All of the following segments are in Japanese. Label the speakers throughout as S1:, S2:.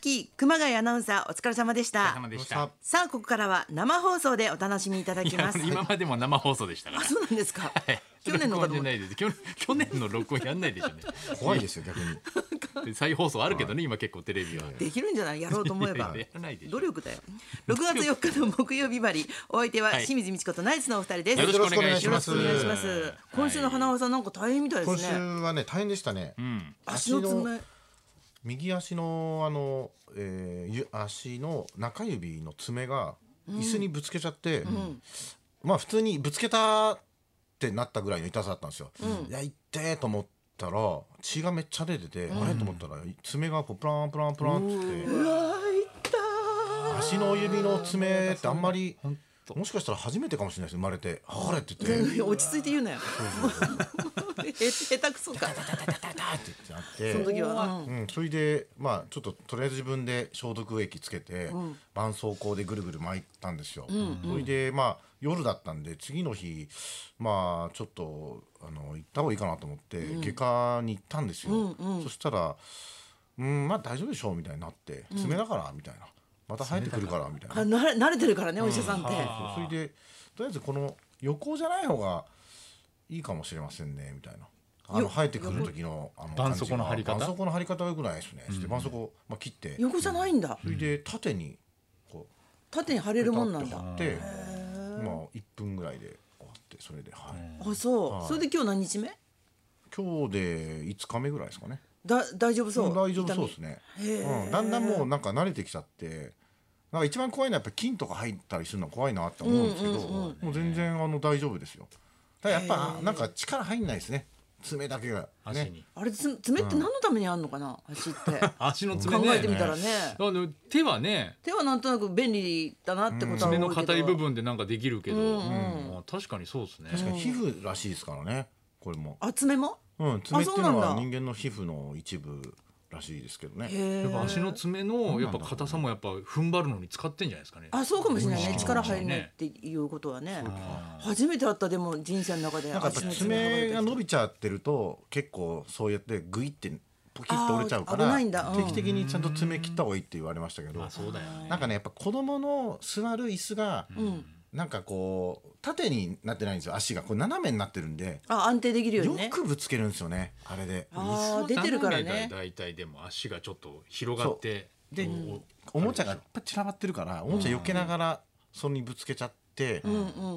S1: き熊谷アナウンサーお疲れ様でし
S2: お疲
S1: た
S2: れ様でした。
S1: さあここからは生放送でお楽しみいただ
S2: い
S1: きま
S2: や
S1: す
S2: 今までも生放送でしたか
S1: あ
S2: ら。
S1: そうなんですか、 去年の
S2: 録
S1: だ
S2: 音
S1: と思
S2: じゃ
S1: って
S2: ないです。去年 去年の録音やんないでしょうね。
S3: 怖いですよ逆に
S2: で再放送あるけどね、今結構テレビは。
S1: できるんじゃないやろうと思えば
S2: いやいややらないでしょ
S1: 努力だよ6月4日の木曜日まりお相手は
S2: はい
S1: 清水美智子とナイツのお二人です
S2: よろしくお願いします。
S1: よろしくお願いします
S2: はい
S1: 今週の花輪さんなんか大変みたいで
S3: 今
S1: す
S3: 週
S1: ね
S3: はね大変でしたね、
S2: うん。
S1: 足の
S3: 足
S1: 爪
S3: 右足のあの、えーゆ足の中指の爪が椅子にぶつけちゃって、まあ普通にぶつけたってなったぐらいの痛さだったんですよ、いや痛えと思ったら血がめっちゃ出てて、あれと思ったら爪がこうプランプランプランって足の指の爪ってあんまりもしかしたら初めてかもしれないです生まれて「あれ?」って言って「
S1: 落ち着いて言うなよ へ下手くそか
S3: あって言ってなって
S1: その時は、うん
S3: うん、それでまあちょっととりあえず自分で消毒液つけて、絆創膏でぐるぐる巻いたんですよ。それでまあ夜だったんで次の日まあちょっとあの行った方がいいかなと思って、外科に行ったんですよ。そしたら「うんまあ大丈夫でしょう」みたいになって「爪だから」みたいな「また生えてくるから」みたいな
S1: あ。慣れ慣れてるからねお医者さんって、
S3: そうそれでとりあえずこの横じゃない方がいいかもしれませんねみたいな。あの生えてくる時のあの
S2: 絆創膏の貼り方
S3: 絆創膏の貼り方が良くないですね。して絆創膏をまあ切って、
S1: 横じゃないんだ
S3: それで縦にこう
S1: 縦に貼れるもんなんだ
S3: 貼って、まあ一分ぐらいで終わってそれではい。
S1: あそう、
S3: はい
S1: それで今日何日目
S3: 今日で五日目ぐらいですかね。
S1: だ大丈夫そう、
S3: うん大丈夫そうです
S1: ね
S3: ね、
S1: へー
S3: うん、だんだんもうなんか慣れてきちゃってなんか一番怖いのはやっぱ金とか入ったりするのは怖いなって思うんですけど、もう全然あの大丈夫ですよただやっぱなんか力入んないですね爪だけが
S2: 足
S3: ね
S2: に。
S1: あれつ爪って何のためにあんのかな、 足って
S2: 足の爪
S1: 考
S2: ね。
S1: えてみたらね
S2: あの手はね、
S1: 手はなんとなく便利だなってことは多い
S2: 爪
S1: けど、
S2: の硬い部分でなんかできるけど、うんあ確かにそうですね。
S3: 確かに皮膚らしいですからねこれも、
S1: あ爪も
S3: うん、爪っていうの
S1: あそうな
S3: は
S1: んだ
S3: 人間の皮膚の一部らしいですけど
S1: へ
S3: ね
S2: やっ
S1: え
S2: ぱ足の爪のやっぱ硬さもやっぱ踏ん張るのに使ってんじゃないですかね。
S1: あそうかもしれないね
S2: うん
S1: 力入んないっていうことはね初めて会ったでも人生の中で
S3: なんかやっぱ
S1: 足の
S3: 爪が伸
S1: び
S3: びちゃってると結構そうやってグイってポキッと折れちゃうか
S1: あー
S3: ら
S1: 危ないんだうん
S3: 定期的にちゃんと爪切った方がいいって言われましたけど
S2: まあそうだよね。
S3: なんかねやっぱ子供の座る椅子が、なんかこう縦になってないんですよ足がこう斜めになってるんで、
S1: あ安定できるよう
S3: よ
S1: にね
S3: くぶつけるんですよねあれで。
S1: あー出てるからね
S2: だいたいでも足がちょっと広がって、
S3: でおもちゃがいっぱい散らばってるからおもちゃ避けながらそれにぶつけちゃって、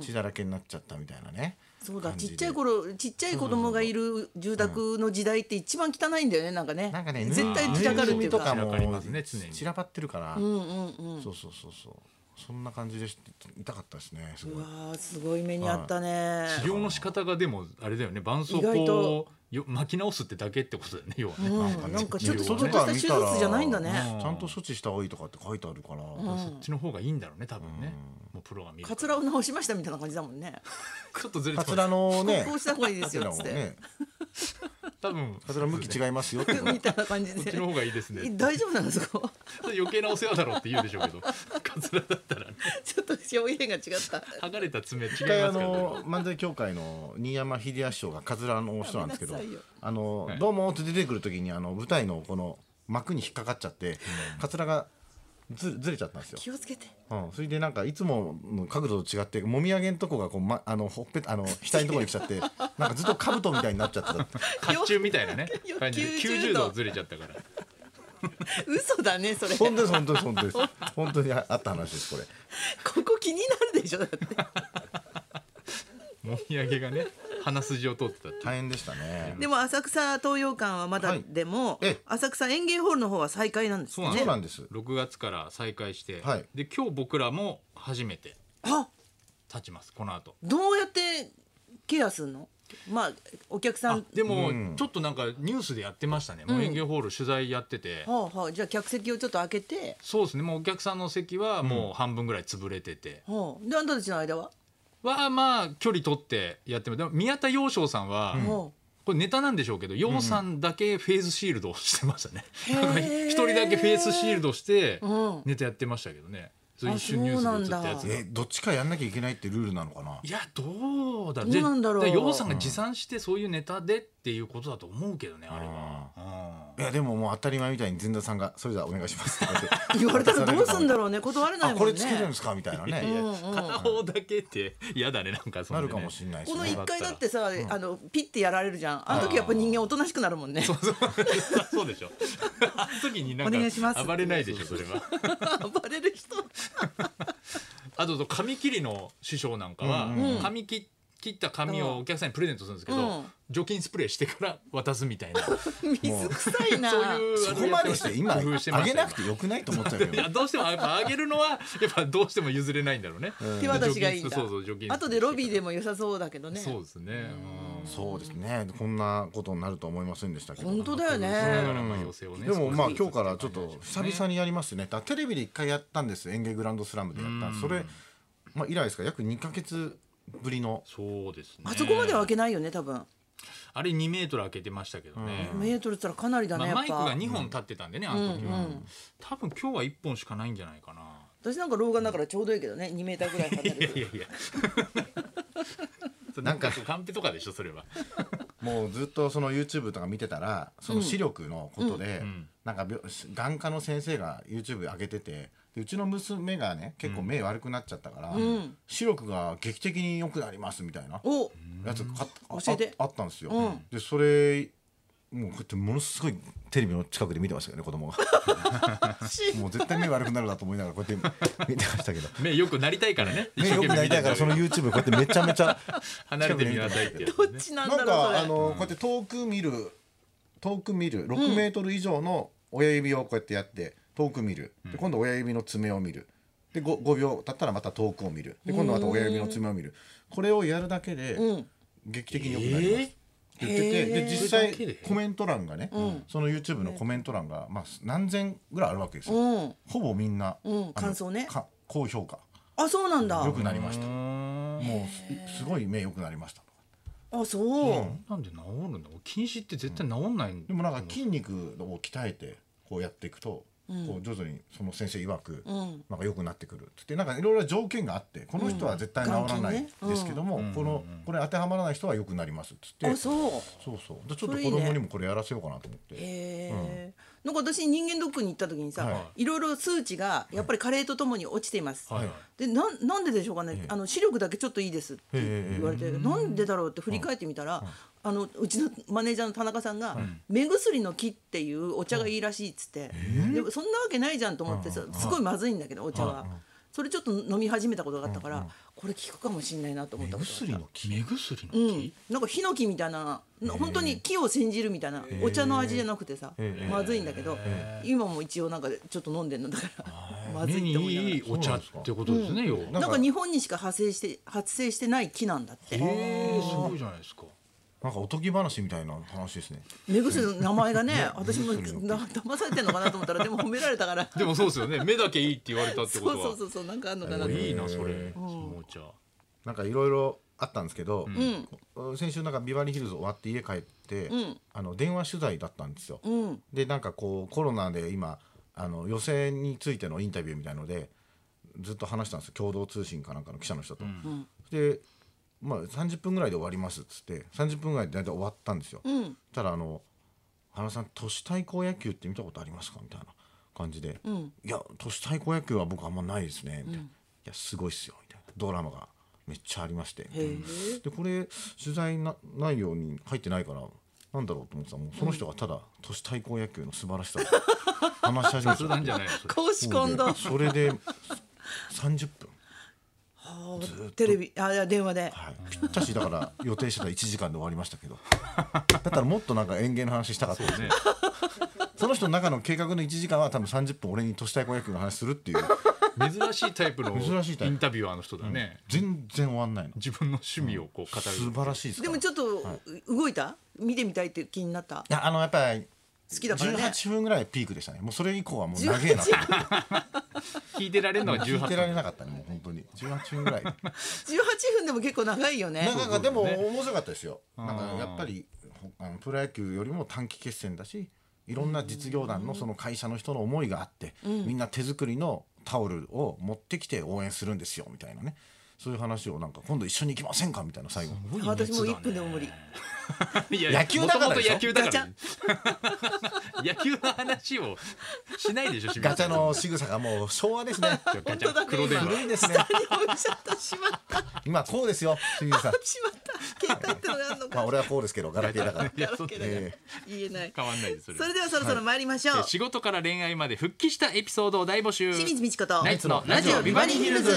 S3: 血だらけになっちゃったみたいなね。
S1: そうだ
S3: 感じ
S1: ちっ
S3: で
S1: ちゃい頃ちっちゃい子供がいる住宅の時代って一番汚いんだよねなんかね
S3: なんかね
S1: 絶対
S3: ぬい
S1: 散らかるっ
S3: ぬ
S1: てい
S3: いうぐるみとか
S1: か
S3: も
S2: 散らかりますね常に
S3: 散らばってるから、
S1: うんうんうん
S3: そうそうそうそうそんな感じでし痛かったですねすご
S1: う
S3: い。
S1: わあすごい目にあったね
S2: 治療の仕方がでもあれだよね。絆創
S1: 意外
S2: 膏
S1: と
S2: をよ巻き直すってだけってことだよね。要はね。
S1: うんなんかちょっとちょっとし
S3: 外
S1: た手
S3: から見
S1: 術
S3: たら
S1: じゃないんだね
S3: うんちゃんと処置した方がいいとかって書いてあるから、
S2: そっちの方がいいんだろうね多分ね。もうプロが見る。
S1: カツラを直しましたみたいな感じだもんね
S2: ちょっとずれ
S3: カ
S2: て
S3: ツ
S2: ま
S3: ラ
S2: す。
S3: のね
S1: こうした方がいいですよっつって
S3: ね
S2: 多分
S3: カツラ向き違います よって
S1: みたいな感じ
S2: こっ
S1: で
S2: ちの方がいいですね。
S1: 大丈夫なのそこ
S2: 余計なお世話だろうって言うでしょうけど、カツラだったらね
S1: ちょっと表現が違った
S2: 剥がれた爪違います
S3: 一
S2: か
S3: 回あ
S2: らね。
S3: の漫才協会の新山秀康師匠がカズラの人なんですけど
S1: ごめんなさいよ
S3: 「あの
S2: はい
S3: どうも」って出てくる時にあの舞台のこの幕に引っかかっちゃってカツラがずずれちゃったんですよ。
S1: 気をつけて
S3: うん、それでなんかいつもの角度と違ってもみあげんとこがこう、ま、あのほっぺあの額のとこに来ちゃってなんかずっと兜みたいになっちゃって たって
S2: 甲冑みたいなね
S1: よ
S2: 感じで
S1: 90
S2: 90
S1: 度
S2: 度ずれちゃったから
S1: 嘘だねそれこ
S3: 本当です本当です本当です本当にあった話ですこれ。
S1: こ気になるでしょだって
S2: もみあげがね鼻筋を通ってたっていう
S3: 大変でしたね。
S1: でも浅草東洋館はまだ
S3: はい
S1: でも、
S3: ええ
S1: 浅草園芸ホールの方は再開なんですよ
S3: そ
S1: ね
S3: うなんです。
S2: 6月から再開して、
S3: はい
S2: で今日僕らも初めて
S1: あ
S2: 立ちますこの後
S1: どうやってケアするのまあお客さ
S2: あ
S1: ん
S2: でも、
S3: うん
S2: ちょっとなんかニュースでやってましたね、もう園芸ホール取材やってて、
S1: はあはあじゃあ客席をちょっと開けて
S2: そうですねもうお客さんの席はもう半分ぐらい潰れてて、
S1: はあであんたたちの間は、
S2: はまあ距離取ってやってもでも宮田洋翔さんは、
S1: は
S2: これネタなんでしょうけど、洋さんだけフェーズシールドをしてましたね。
S1: へー
S2: なんか一人だけフェースシールドして
S1: うん
S2: ネタやってましたけどね。と一瞬ニュースで映ったや
S1: あ
S2: つ
S1: そう
S2: が
S1: な
S3: えどっちかやんなきゃいけないってルールなのかない
S2: やどうだ
S1: どうなんだろう
S2: でで洋さんが持参してそういうネタでっていうことだと思うけどねあれは。
S3: いやでももう当たり前みたいに前座さんが「それではお願いします」って
S1: 言われたらどうすんだ
S3: ろ
S1: ろうね断れない
S3: あ
S1: も
S3: こ
S1: んね
S3: れつけるんですかみたいな
S2: うんい
S3: ね
S2: や
S1: うんうん
S2: 片方だけって嫌だねなんかそん
S3: な
S2: で
S3: る
S2: ね
S3: かもしれないで
S1: こ
S3: す
S1: の
S3: ね
S1: 一回だってさ、あのピッてやられるじゃんあの時やっぱ人間おとなしくなるもんね
S2: そうでしょ。あの時になん
S1: お願いします
S2: か暴れないでしょそれ は。
S1: 暴れる人
S2: あと紙切りの師匠なんかは、紙切切った紙をお客さんにプレゼントするんですけど、
S1: うん
S2: 除菌スプレーしてから渡すみ たいなそう
S1: 水臭いな
S2: いう
S3: そこまでして今
S2: あのやつを工夫
S3: あげなく
S2: て
S3: てよくないと思っちゃうけ
S2: いや
S3: ど
S2: どうしてもやっぱあげるのはやっぱどうしても譲れないんだろうね、
S1: 手渡しがいいんだ
S2: そうそう除菌
S1: 後でロビーで
S2: も
S1: も良さそうだけどね
S2: そうですね、うん
S3: そうですねこんなことになると思いませんでしたけど
S1: 本当だよ
S2: だ
S1: ね
S2: からまあ要請をね
S3: でもまあ
S2: 少しずつ
S3: 今日からちょっと久々にやりますねだからテレビで一回やったんです演芸グランドスラムでやったそれまあ以来ですか約2か月ぶりの
S2: そうですね
S1: あそこまでは開けないよね多分
S2: あれ2メートル開けてましたけどね、
S1: メートルったらかなりだ
S2: ま
S1: ね
S2: あ、
S1: や
S2: マ
S1: っ
S2: イク
S1: ぱ
S2: が2本立ってたんでね、あの時は、多分今日は1本しかないんじゃない かな
S1: 私なんか老眼だからちょうどいいけどね2メーターぐらい離
S2: い
S1: れ
S2: やい
S1: て
S2: やいや。
S3: な
S2: なんん
S3: か
S2: かカンペとかでしょそれは。
S3: もうずっとその YouTube とか見てたらその視力のことで、
S2: ん
S3: なんか病眼科の先生が YouTube 上げててでうちの娘がね結構目悪くなっちゃったから、
S1: ん
S3: 視力が劇的に良くなりますみたいな
S1: お
S3: やつがああ
S1: 教えて
S3: ああったんですよ。
S1: うん
S3: でそれもうこうやってものすごいテレビの近くで見てましたよね 子供がもう絶対目悪くなるなと思いながらこうやって見てましたけど
S2: 目よくなりたいからね。
S3: 目良くなりたいからその YouTube こうやってめちゃめちゃ
S2: 離れてみなさいってやつ
S1: どっ
S2: ね。
S1: ちなん
S3: な
S1: だ
S3: んか
S1: ろ
S3: あ
S1: うそれ
S3: のこうやって遠く見る遠く見る6メートル以上の親指をこうやってやって遠く見るで今度親指の爪を見るで 5, 5秒経ったらまた遠くを見るで今度また親指の爪を見るこれをやるだけで
S1: うん
S3: 劇的に良くなります。って言ってて
S1: へー
S3: で実
S2: それだけで
S3: 際コメント欄がね、その YouTube のコメント欄が、まあ、何千ぐらいあるわけですよ、
S1: うん
S3: ほぼみんな、
S1: うん
S3: あの
S1: 感想ね
S3: か高評価
S1: あそうなんだ
S3: 良くなりました
S2: うーん
S3: もうすすごい目良くなりました
S1: あそう
S2: なんで治るの？禁止って絶対治んないんだ。
S3: でもなんか筋肉を鍛えてこうやっていくと、こう徐々にその先生曰く、
S1: ん
S3: なんか良くなってくるって言ってなんかいろいろ条件があってこの人は絶対治らない
S1: うん
S3: ですけども、このこれ当てはまらない人は良くなりますって言っ
S1: あ
S3: てそう
S1: そう
S3: そうでちょ
S1: そ
S3: っと
S1: れい
S3: 子
S1: いね
S3: 供にもこれやらせようかなと思って、
S1: へえ、なんか私人間ドックに行った時にさ、、
S3: はい
S1: ろいろ数値がやっぱり加齢とともに落ちています、
S2: はい
S1: でなんなんででしょうかね、
S3: ええ
S1: あの視力だけちょっといいですって言われて、なんでだろうって振り返ってみたら、あのうちのマネージャーの田中さんが、目薬の木っていうお茶がいいらしいっつって、でそんなわけないじゃんと思ってさ、すごいまずいんだけどお茶は、それちょっと飲み始めたことがあったから、これ効くかもしれないなと思ったことがあった
S2: の木。目薬の
S1: うん
S2: 木。、
S1: なんかヒノキみたいな、本当に木を煎じるみたいな、お茶の味じゃなくてさ、まずいんだけど、今も一応なんかちょっと飲んでんのだから、まず
S2: 目
S1: いって思いなが
S2: にいいお茶ってことですね。要は
S1: ら。な
S3: な
S1: んん
S3: か
S1: か日本にしか発生して発生してない木なんだって。
S2: ええすごいじゃないですか。
S3: なんかおとぎ話みたいな話ですね
S1: 目薬の名前がね、私もな騙されてんのかなと思ったらでも褒められたから。
S2: でもそうですよね。目だけいいって言われたってこ
S1: そう
S2: とは。
S1: そうそうそうなんかあんのかなと思って。
S2: いいなそれ。そのお茶。
S3: なんかいろいろあったんですけど、先週なんかビバリーヒルズ終わって家帰って、あの電話取材だったんですよ。
S1: ん
S3: でなんかこうコロナで今あの予選についてのインタビューみたいのでずっと話したんですよ共同通信かなんかの記者の人と。で、まあ、30分ぐらいで終わりますっつって30分ぐらいで大体終わったんですよ。
S1: ん
S3: ただあの原さん都市対抗野球って見たことありますかみたいな感じで「いや都市対抗野球は僕あんまないですね」みたいな「いやすごいっすよ」みたいなドラマがめっちゃありましてみたいなでこれ取材な内容に入ってないからなんだろうと思ってたらもうその人がただ都市対抗野球の素晴らしさを話し始め
S2: そ
S3: て
S2: れ
S3: た
S2: なんじゃないの？それ
S1: 公私混同。
S3: それで30分、
S1: テレビあいや電話で。
S3: はい、ぴったしだから予定してた1時間で終わりましたけどだったらもっとなんか園芸の話したかったです
S2: ね。
S3: その人の中の計画の1時間は多分30分俺に都市対抗野球の話するっていう
S2: 珍しいタイ プのイ
S3: 珍しいタイプ
S2: ンタビュアーの人だね。
S3: 全然終わんないの
S2: 自分の趣味をこう語る。
S3: 素晴らしいですか
S1: で
S3: ら
S1: もちょっと動いた？見てみたいって気になった。
S3: いやあのやっぱり
S1: 好きだからね。
S3: 18分ぐらいピークでしたねもうそれ以降はもう長えな
S1: 18
S2: 聞いてられるのは18
S3: 聞いて
S2: 分
S3: られなかったねもう本当に18分ぐらいな
S1: 18分でも結構長いよね。
S3: んかでも面白かったですよなんかやっぱりほあのプロ野球よりも短期決戦だしいろんな実業団のその会社の人の思いがあって、みんな手作りのタオルを持ってきて応援するんですよみたいなねそういう話をなんか今度一緒に行きませんかみたいな最後
S2: すごい
S1: 私も
S2: 熱だ
S1: 1分でも無理。
S2: ねいや
S3: 野球だから
S2: もとも
S3: でし
S2: と
S3: ょ
S2: 野球だから
S1: ガ
S2: 野球の話をしないでしょ清水さん
S3: ガチャの仕草がもう昭和です ね
S2: ガチャ黒電話
S3: 古いですね
S1: 用意しちゃったしまった
S3: 今こうですよ杉浦さん
S1: しまった携帯ってのがあるの
S3: まあ
S1: か
S3: 俺はこうですけどガラケー だから
S2: いやそうだよ
S1: ガラケーだから
S2: ね
S3: え
S1: 言えない
S2: 変わんないですそれ
S1: それではそろそろ参りましょう、
S2: 仕事から恋愛まで復帰したエピソードを大募集
S1: 清水美智子と
S2: ナイツのラジオビバリーヒルズ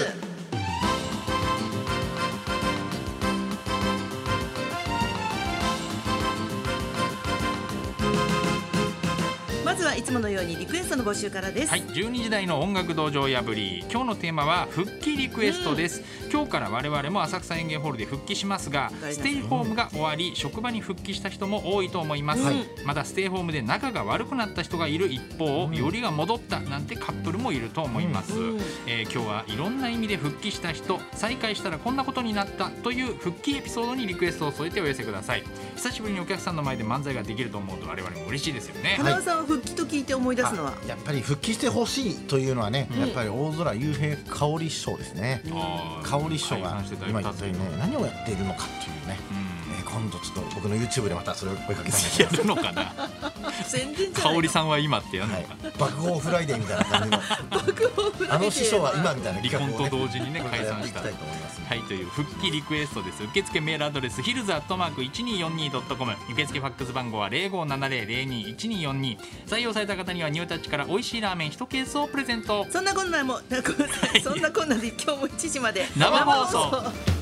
S1: まずはいつものようにリクエストの募集からです、
S2: はい、12時台の音楽道場破り今日のテーマは復帰リクエストです、今日から我々も浅草園芸ホールで復帰しますが
S1: 大事
S2: ス
S1: な
S2: テイホームが終わり職場に復帰した人も多いと思います、
S1: はい
S2: まだステイホームで仲が悪くなった人がいる一方、よりが戻ったなんてカップルもいると思います、
S1: うん
S2: えー今日はいろんな意味で復帰した人再会したらこんなことになったという復帰エピソードにリクエストを添えてお寄せください久しぶりにお客さんの前で漫才ができると思うと我々も嬉しいですよね
S1: 花輪さんは復帰と聞いて思い出すのは、
S3: やっぱり復帰してほしいというのはね、やっぱり大空雄平香織師匠ですね、
S2: あー
S3: 香織師匠
S2: 解
S3: が
S2: 散していただい
S3: 今
S2: た
S3: 一体ね何をやっているのかというね、
S2: うん
S3: えー今度ちょっと僕の YouTube でまたそれを追いかけたい
S2: や
S3: な
S2: るのかな
S1: 全然じゃ
S2: 香
S1: ない
S2: 織さんは今ってやる
S3: は
S2: の
S3: い
S2: か、、
S3: 爆豪フライデーみたいな感じのあの師匠は今みたいな
S2: 離婚と同時にね
S3: これか
S2: 解
S3: らや
S2: 散
S3: って
S2: し
S3: いき
S2: た
S3: たいと思います、
S2: はいという復帰リクエストです受付メールアドレスヒルズアットマーク 1242.com 受付ファックス番号は0570021242採用された方にはニュータッチから美味しいラーメン1ケースをプレゼント
S1: そんなこんなもなんかそんなこんなで今日も1時まで
S2: 生放送